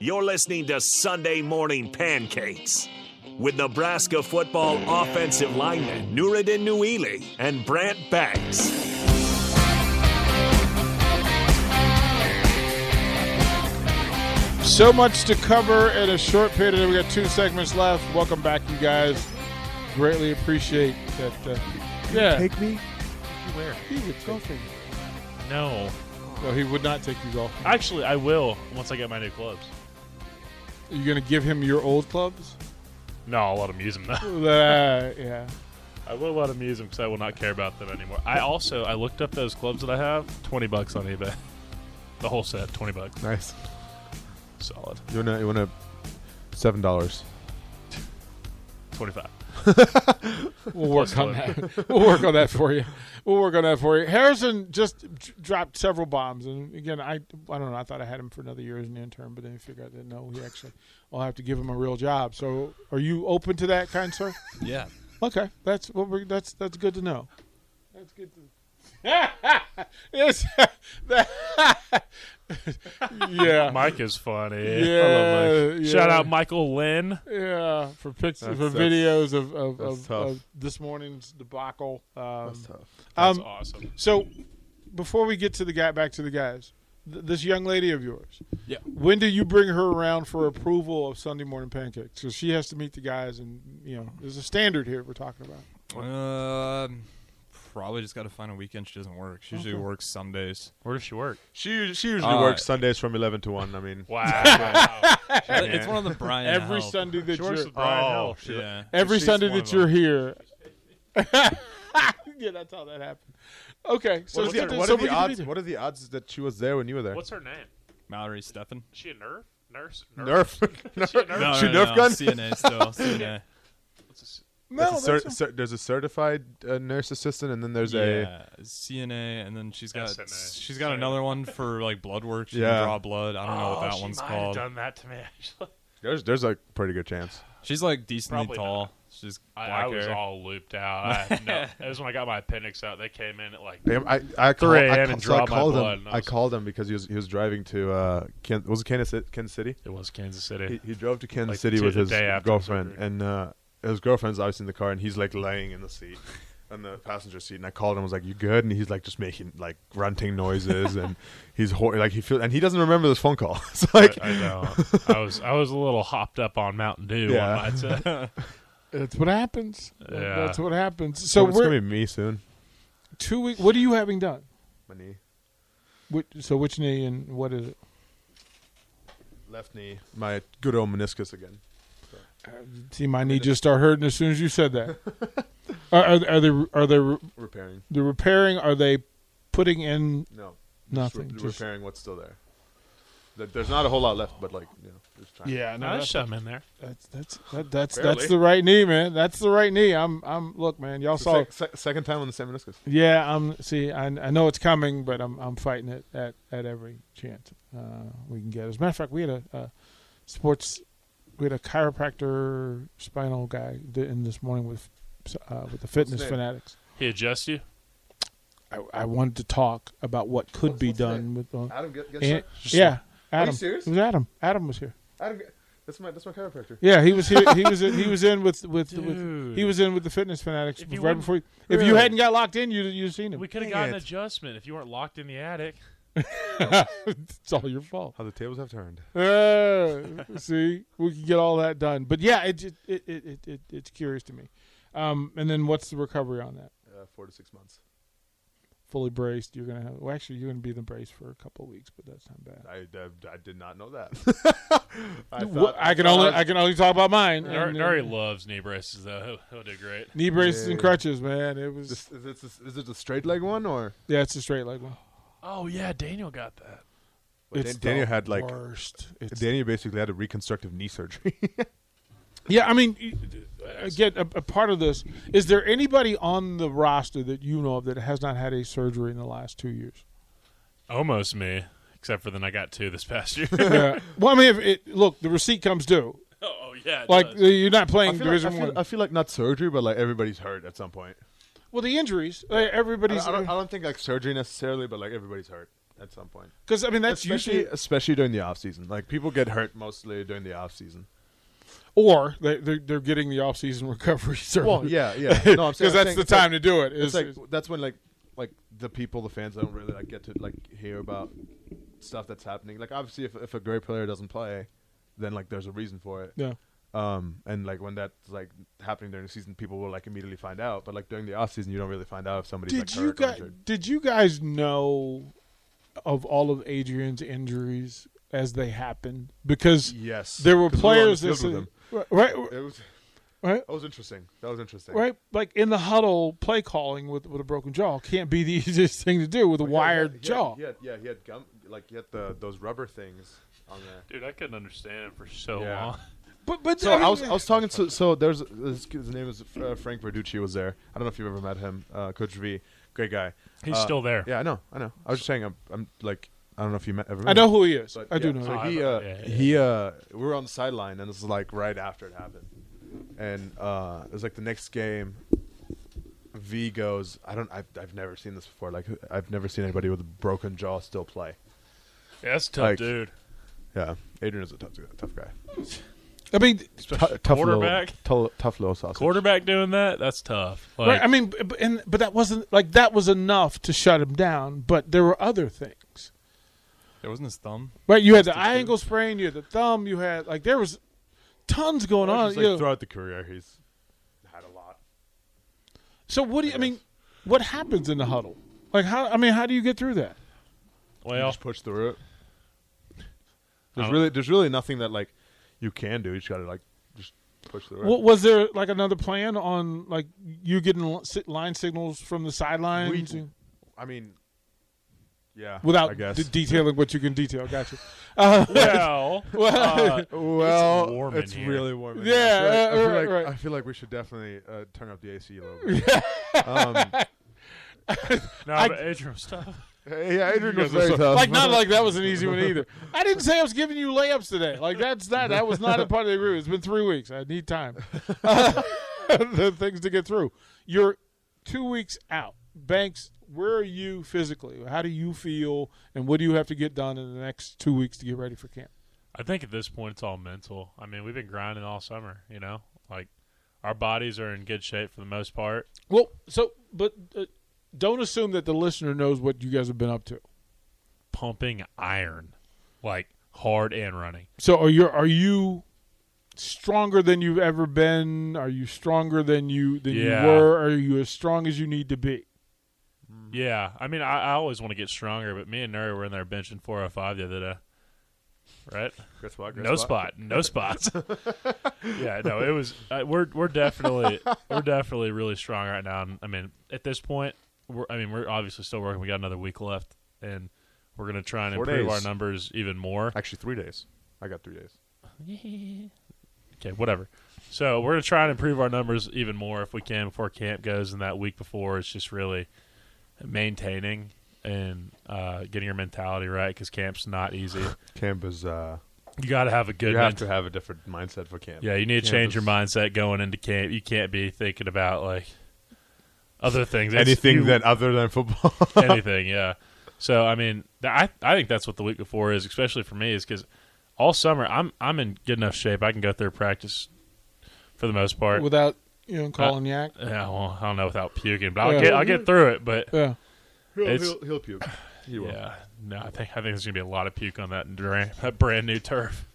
You're listening to Sunday Morning Pancakes with Nebraska football offensive linemen Nuruddin Nuili and Brant Banks. So much to cover in a short period. of time. We got two segments left. Welcome back, you guys. Greatly appreciate that. Uh, yeah, Take me Where? he would take. golfing. No. No, he would not take you golfing. Actually, I will once I get my new clubs. Are you gonna give him your old clubs? No, I'll let him use them though. Uh, yeah. I will let him use them because I will not care about them anymore. I also I looked up those clubs that I have. Twenty bucks on eBay. The whole set, twenty bucks. Nice. Solid. You wanna you wanna seven dollars. Twenty-five. We'll work Plus on that. We'll work on that for you. We'll work on that for you. Harrison just d- dropped several bombs, and again, I I don't know. I thought I had him for another year as an intern, but then I figured out that no, he actually. I'll have to give him a real job. So, are you open to that, kind sir? Yeah. Okay, that's what we're. That's that's good to know. That's good to. Yes. yeah. Mike is funny. Yeah, I love Mike. Shout yeah. out Michael Lynn. Yeah, for pictures, That's- for that's- videos of of, that's of, tough. of this morning's debacle. Um, That's tough. That's um, awesome. so, before we get to the guy, back to the guys, th- this young lady of yours. Yeah. When do you bring her around for approval of Sunday morning pancakes? So she has to meet the guys, and you know, there's a standard here we're talking about. Um, probably just got to find a weekend she doesn't work. She usually works Sundays. Where does she work? She u- she usually Uh, works Sundays from eleven to one. I mean, Wow. It's one of the Brian. every Help. Sunday that she works you're with Brian Oh, Hill. shit. Yeah. every she's Sunday one that of you're here. yeah, that's how that happened. Okay, so what, let's get are the, to- what so are we the can odds? meet her. What are the odds that she was there when you were there? What's her name? Mallory Steffen. Is she a nerf? Nurse? Nerf? Is she a nerf? No, She no, no, Nerf gun? CNA still. CNA. What's this- No, That's a cer- that's- cer- there's a certified uh, nurse assistant, and then there's Yeah, CNA, and then she's got SNA. she's got another one for like blood work. She Yeah. can draw blood. I don't know Oh, what that she one's might have called. done that to me, actually. a there's there's a pretty good chance. She's like decently Probably tall. not. She's I, black I was hair. all looped out. I had no, it was when I got my appendix out. They came in at like Damn, I I, call, 3 I, a.m. ca- and so I draw my called blood, him. and I I was- called him because he was he was driving to uh, Kan- was it Kansas City- Kansas City? it was Kansas He, City. he drove to Kansas Like, City two- with the his day after the girlfriend, surgery. and uh, his girlfriend's obviously in the car, and he's like laying in the seat, in the passenger seat. And I called him, I was like, "You good?" And he's like just making like grunting noises, and he's hor- like he feels, and he doesn't remember this phone call. it's like I, I know. I was I was a little hopped up on Mountain Dew. Yeah. Yeah. One might say. That's what happens. Yeah. That's what happens. So so it's we're gonna be me soon. two weeks. What are you having done? My knee, Which, so which knee and what is it? left knee, my good old meniscus again. See, my knee just started hurting as soon as you said that. are, are, are they are they Repairing. the repairing? Are they putting in? No, just re- Nothing, just- repairing what's still there. There- There's not a whole lot left, but like you know, there's time. Yeah, no, there's some in there. that's that's that, that's that's Barely. the right knee, man. That's the right knee. I'm I'm look, man. Y'all It's saw. the sec- sec- second time on the same meniscus. Yeah, I'm. See, I, I know it's coming, but I'm I'm fighting it at, at every chance uh, we can get. As a matter of fact, we had a, a sports, we had a chiropractor spinal guy th- in this morning with uh, with the fitness name? fanatics. He adjusts you. I, I wanted to talk about what could What's- be what's done with. Uh, Adam, get, get and, yeah, Are you Adam. serious? It was Adam. Adam was here. Adam, get- that's my that's my chiropractor. Yeah, he was here. He was in, he was in with with, with Dude. he was in with the fitness fanatics If you right wouldn't- before. You, If you Really? hadn't got locked in, you you'd seen him. We could have Dang gotten it. an adjustment if you weren't locked in the attic. It's all your fault. How the tables have turned. Uh, see, we can get all that done. But yeah, it just- it it, it, it it's curious to me. Um, and then what's the recovery on that? Uh, four to six months. Fully braced. You're gonna have. Well, actually, you're gonna be in the brace for a couple of weeks, but that's not bad. I, I, I did not know that. I, Wha- I can only I can only talk about mine. Nuri And, uh, Nuri loves knee braces though. He'll, he'll do great. knee braces Yeah. and crutches, man. It was This, is, this, is it the straight leg one or? yeah, it's a straight leg one. Oh yeah, Daniel got that. It's Dan- Daniel the had, like- worst. It's- Daniel basically had a reconstructive knee surgery. yeah, I mean, y- again, a, a part of this is there anybody on the roster that you know of that has not had a surgery in the last two years? Almost me, except for then I got two this past year. yeah. Well, I mean, if it, look, the receipt comes due. oh yeah, it Like does. you're not I, playing feel like, I, Division feel, I One. feel like not surgery, but like everybody's hurt at some point. Well, the injuries. uh, I, everybody's. I don't, I don't think like surgery necessarily, but like everybody's hurt. at some point. Because I mean, that's especially usually especially during the off season. Like people get hurt mostly during the off season. or they they're, they're getting the off season recovery service. Well, yeah, yeah. No, I'm saying- I'm because that's saying the it's like- time to do it. Is It's like that's when like like the people, the fans don't really like get to like hear about stuff that's happening. Like obviously, if if a great player doesn't play, then like there's a reason for it. yeah, Um, and like when that's like happening during the season, people will like immediately find out. But like during the off season, you don't really find out if somebody's did like you hurt or guys injured. did you guys know of all of Adrian's injuries as they happened? Because Yes, there were 'cause we were on the players that field with said- right, right, them. It was right, that was interesting. That was interesting. right, like in the huddle, play calling with with a broken jaw can't be the easiest thing to do with a Like, he had- wired he had- jaw. He had, yeah, he had gum like he had the those rubber things on there. Dude, I couldn't understand him for so Yeah. long. But but So I mean, I was I was talking to so there's this kid- his name was uh, Frank Verducci was there. I don't know if you've ever met him, uh, Coach V, great guy. He's Uh, still there. Yeah, I know, I know. I was just saying, I'm, I'm like, I don't know if you met ever. I met know him, who he is. but I do yeah, know. So him. he Oh, uh, I- yeah, yeah, he uh, we were on the sideline, and this is like right after it happened, and uh, it was like the next game. V goes, I don't, I've, I've never seen this before. Like I've never seen anybody with a broken jaw still play. Yeah, that's a tough, Like, dude. Yeah, Adrian is a tough, tough guy. I mean, Tough- tough little- quarterback? tou- tough little sausage. Quarterback doing that? That's tough. Like, right, I mean, b- but- and but that wasn't like that was enough to shut him down. But there were other things. It wasn't his thumb. Right, you had the eye angle sprain, you had the thumb, you had like there was tons going Well, on. just, you like, know. throughout the career, he's had a lot. so what do you? I, I mean, guess. what happens in the huddle? Like how? I mean, how do you get through that? You well, just push through it. I There's don't- really, there's really nothing that like you can do. You just gotta like just push through What it. was there like another plan on like you getting li- si- line signals from the sidelines We- and- I mean, yeah, I without guess. d- detailing what you can detail? Gotcha. Uh, well, uh, well, It's warm in it's here. really warm. in Yeah, here. I feel uh, like, I, feel right, like right. I feel like we should definitely uh, turn up the AC a little bit. um, no, I- but Adrian was tough. yeah, Because Adrian was it's very so- tough. Like not like that was an easy one either. I didn't say I was giving you layups today. Like that's not that was not a part of the agreement. It's been three weeks. I need time. the things to get through. You're two weeks out. Banks, where are you physically? How do you feel? And what do you have to get done in the next two weeks to get ready for camp? I think at this point it's all mental. I mean, we've been grinding all summer, you know? Like, our bodies are in good shape for the most part. Well, so but uh, don't assume that the listener knows what you guys have been up to. Pumping iron, like, hard and running. So are you are you stronger than you've ever been? Are you stronger than you than Yeah. you were? Are you as strong as you need to be? Yeah, I mean, I, I always want to get stronger, but me and Nuri were in there benching 405 the other day. Right? Great spot, great No spot, no spots. yeah, no, it was. Uh, we're we're definitely we're definitely really strong right now. And, I mean, at this point, we're I mean, we're obviously still working. We got another week left, and we're gonna try and Four improve days. our numbers even more. Actually, three days. I got three days. Okay, whatever. So we're gonna try and improve our numbers even more if we can before camp goes, and that week before it's just really maintaining and uh, getting your mentality right because camp's not easy. Camp is. Uh, You got to have a good. you have ment- to have a different mindset for camp. Yeah, you need to Camp change is- your mindset going into camp. You can't be thinking about like other things. It's- Anything you- that other than football. anything, yeah. So I mean, th- I I think that's what the week before is, especially for me, is because all summer I'm I'm in good enough shape. I can go through practice for the most part. Without you know calling yak. yeah, well, I don't know without puking, but I'll Yeah. get I'll get through it. But Yeah. he'll, It's- he'll, he'll puke. He will. yeah, no, I think I think there's gonna be a lot of puke on that dra- that brand new turf.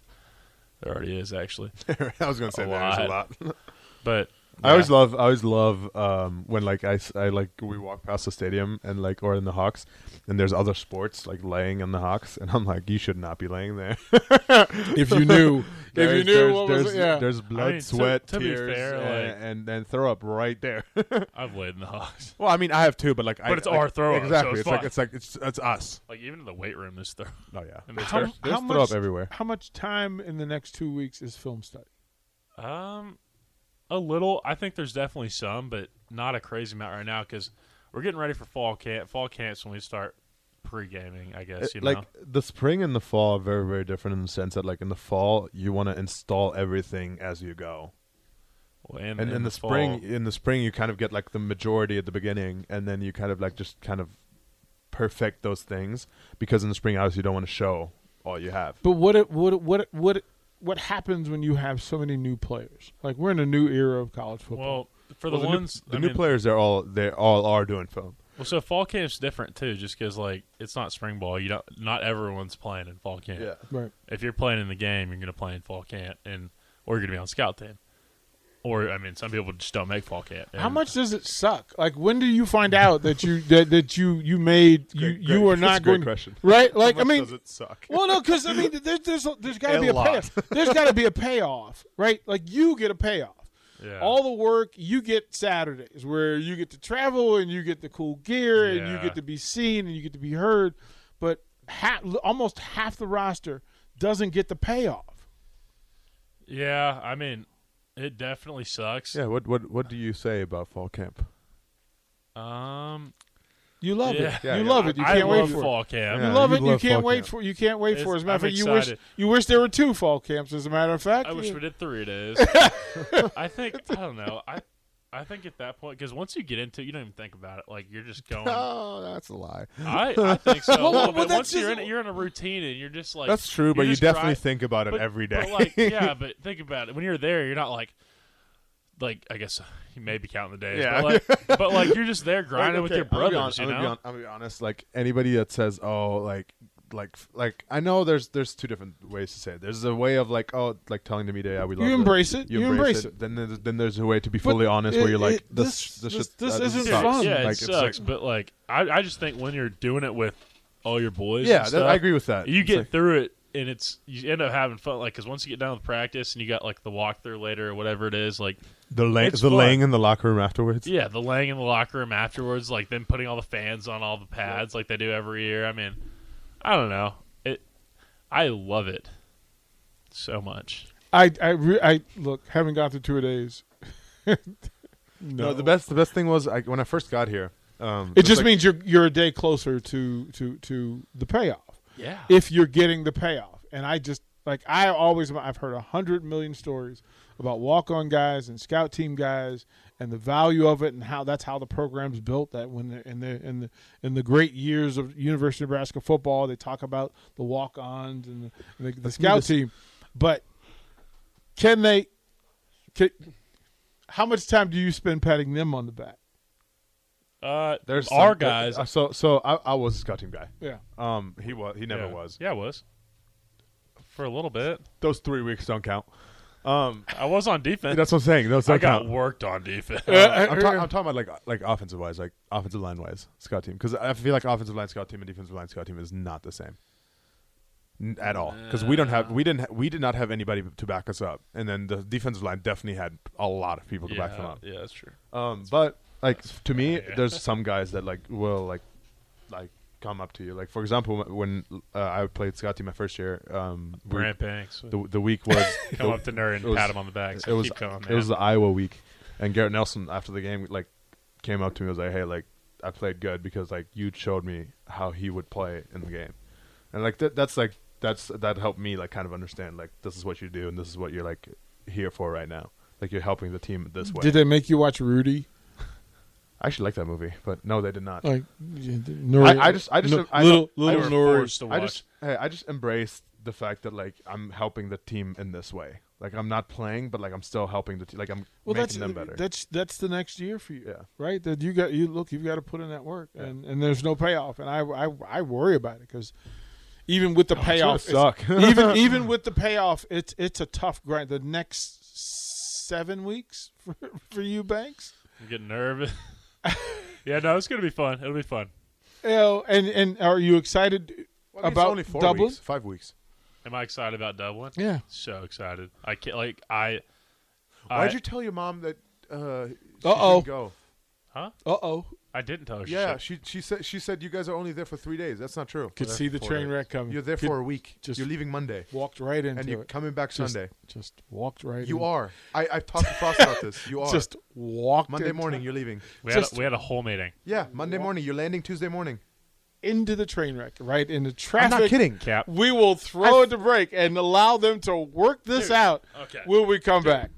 There already is actually, I was gonna say A that there's a lot. but I always yeah. love, I always love um, when like I, s- I, like we walk past the stadium and like or in the Hawks, and there's other sports like laying in the Hawks, and I'm like, you should not be laying there. If you knew, if you There's- knew there's, what there's, was it, yeah. there's blood, mean, to- sweat, to be tears, fair, and, like- and and throw up right there. I've laid in the Hawks. well, I mean, I have two, but like, I, But it's like- our throw up, so Exactly. it's like fine. it's like it's it's us. Like even in the weight room, this throw. Oh yeah. And this How- throw. There's how throw much- up everywhere. How much time in the next two weeks is film study? Um, a little. I think there's definitely some, but not a crazy amount right now because we're getting ready for fall camp. Fall camp's when we start pre gaming, I guess. It- You Uh, Eh, like know, the spring and the fall are very very different in the sense that like in the fall you want to install everything as you go. Well, and, and and in the fall- spring in the spring you kind of get like the majority at the beginning and then you kind of like just kind of perfect those things because in the spring, obviously, you don't want to show all you have. But what it, what it, what it, what it, what happens when you have so many new players? Like we're in a new era of college football. Well, for Well, the new- ones the new, I mean, players, they're all they all are doing film. Well, so fall camp's different too, just because like it's not spring ball. You don't. Not everyone's playing in fall camp. right. If you're playing in the game, you're going to play in fall camp, and or you're going to be on scout team. Or I mean, some people just don't make fall camp. How and- much does it suck? Like when do you find out that you that, that you you made you Great- you great- are that's not a great going question. right? Like I How much mean, does it suck? Well, no, because I mean, there's there's there's got to A be a lot. payoff. There's got to be a payoff, right? Like you get a payoff. Yeah. All the work you get Saturdays, where you get to travel and you get the cool gear and you Yeah. get to be seen and you get to be heard, but ha- almost half the roster doesn't get the payoff. Yeah, I mean, it definitely sucks. Yeah. What what what do you say about fall camp? Um, You love Yeah. it. Yeah, you yeah. love it. You I can't wait love for it. fall camp. You Yeah, love you it. love you can't fall wait camp. for it. You can't wait for it. It's- As a matter of I'm fact, you wish excited. you wish there were two fall camps. As a matter of fact, I wish You- we did three days. I think I don't know. I I think at that point because once you get into, it, you don't even think about it. Like you're just going. I, Oh, that's a lie. I think so. a Well, little well, bit. that's Once you're just- in it, you're in a routine and you're just like that's true, you're but you just definitely dri- think about it but- every day. But like, yeah, but think about it. When you're there, you're not like, like I guess you may be counting the days. Yeah. But like, but like you're just there Like, grinding with okay, your I'm gonna be brothers. hon- you I'm gonna be know. hon- I'm gonna be honest. Like anybody that says, "Oh, like, like, like," I know there's there's two different ways to say it. There's a way of like, "Oh, like telling them, "Yeah, we love You it." embrace it. You embrace it. Then there's, then there's a way to be But fully honest, where it- you're like, it- this- "This, this, this- shit- this uh, isn't sucks. fun. Yeah, Like, it it's sucks. like- but like, I, I just think when you're doing it with all your boys, yeah, and that, I stuff, agree with that. You It's get like- through it, and it's you end up having fun. Like, because once you get down with practice, and you got like the walkthrough later or whatever it is, like the, lay- it's the fun. laying in the locker room afterwards. yeah, the laying in the locker room afterwards, like them putting all the fans on all the pads, like they do every year. I mean, I don't know. It, I love it so much. I I, re- I look haven't gone through two days. No, the best the best thing was I, when I first got here. Um, It just like- means you're you're a day closer to to to the payoff Yeah. if you're getting the payoff. And I just like I always I've heard a hundred million stories about walk on guys and scout team guys and the value of it and how that's how the program's built. That when they're in the in the in the great years of University of Nebraska football, they talk about the walk ons and the, the, the scout this- team, but can they? Can, how much time do you spend patting them on the back? uh, there's our some- guys. uh, so so I, I was a scouting guy. Yeah. Um, he was he never yeah. was. Yeah, I was for a little bit. Those three weeks don't count. Um, I was on defense. that's what I'm saying. Those don't I got count. worked on defense. I'm, ta- I'm talking about like uh, like offensive wise, like offensive line wise scout team because I feel like offensive line scout team and defensive line scout team is not the same N- at all because we don't have we didn't ha- we did not have anybody to back us up, and then the defensive line definitely had a lot of people to back them yeah, up. yeah, that's true. Um, but like to me, yeah. there's some guys that like will like like come up to you. Like for example, when uh, I played scout team my first year, um, we- Brant Banks. would the the week was come the- up to Nerd it and was- pat him on the back. it was keep going, it was the Iowa week, and Garrett Nelson after the game like came up to me and was like, "Hey, like I played good because like you showed me how he would play in the game," and like that that's like that's that helped me like kind of understand like this is what you do and this is what you're like here for right now. Like you're helping the team this way. Did they make you watch Rudy? I actually like that movie, but no, they did not. Like, yeah, the- Nori, I just- I just- I little don't- little I don't Nori. force to I watch. just hey, I just embraced the fact that like I'm helping the team in this way. Like I'm not playing, but like I'm still helping the team. Like I'm Well, that's making them better. that's that's the next year for you, Yeah. right? That you got you look, you've got to put in that work, and and there's no payoff, and I I, I worry about it because even with the payoff, it's- Oh, suck. even even with the payoff, it's it's a tough grind. The next seven weeks for, for you, Banks. I'm getting nervous. yeah, no, it's gonna be fun. It'll be fun. You know, and and are you excited Well, I mean, it's about only four Dublin? weeks, five weeks. Am I excited about Dublin? Yeah, So excited. I can't like I. I, Why'd you tell your mom that uh, she Uh-oh. didn't go? Huh? uh oh, I didn't tell her. Yeah, shit. she she said she said you guys are only there for three days. That's not true. could see the train wreck coming. You're there Could- for a week. just- you're leaving Monday, walked right into and you're it. coming back Just- Sunday. Just walked right. You in. are. I I've talked to Frost about this. You are. just walked Monday into- morning, you're leaving. we had just- a, we had a whole meeting. Yeah, Monday morning, you're landing Tuesday morning. into the train wreck, right into I'm traffic. not kidding. Cap. We will throw it to break and allow them to work this out. okay. Will we come back?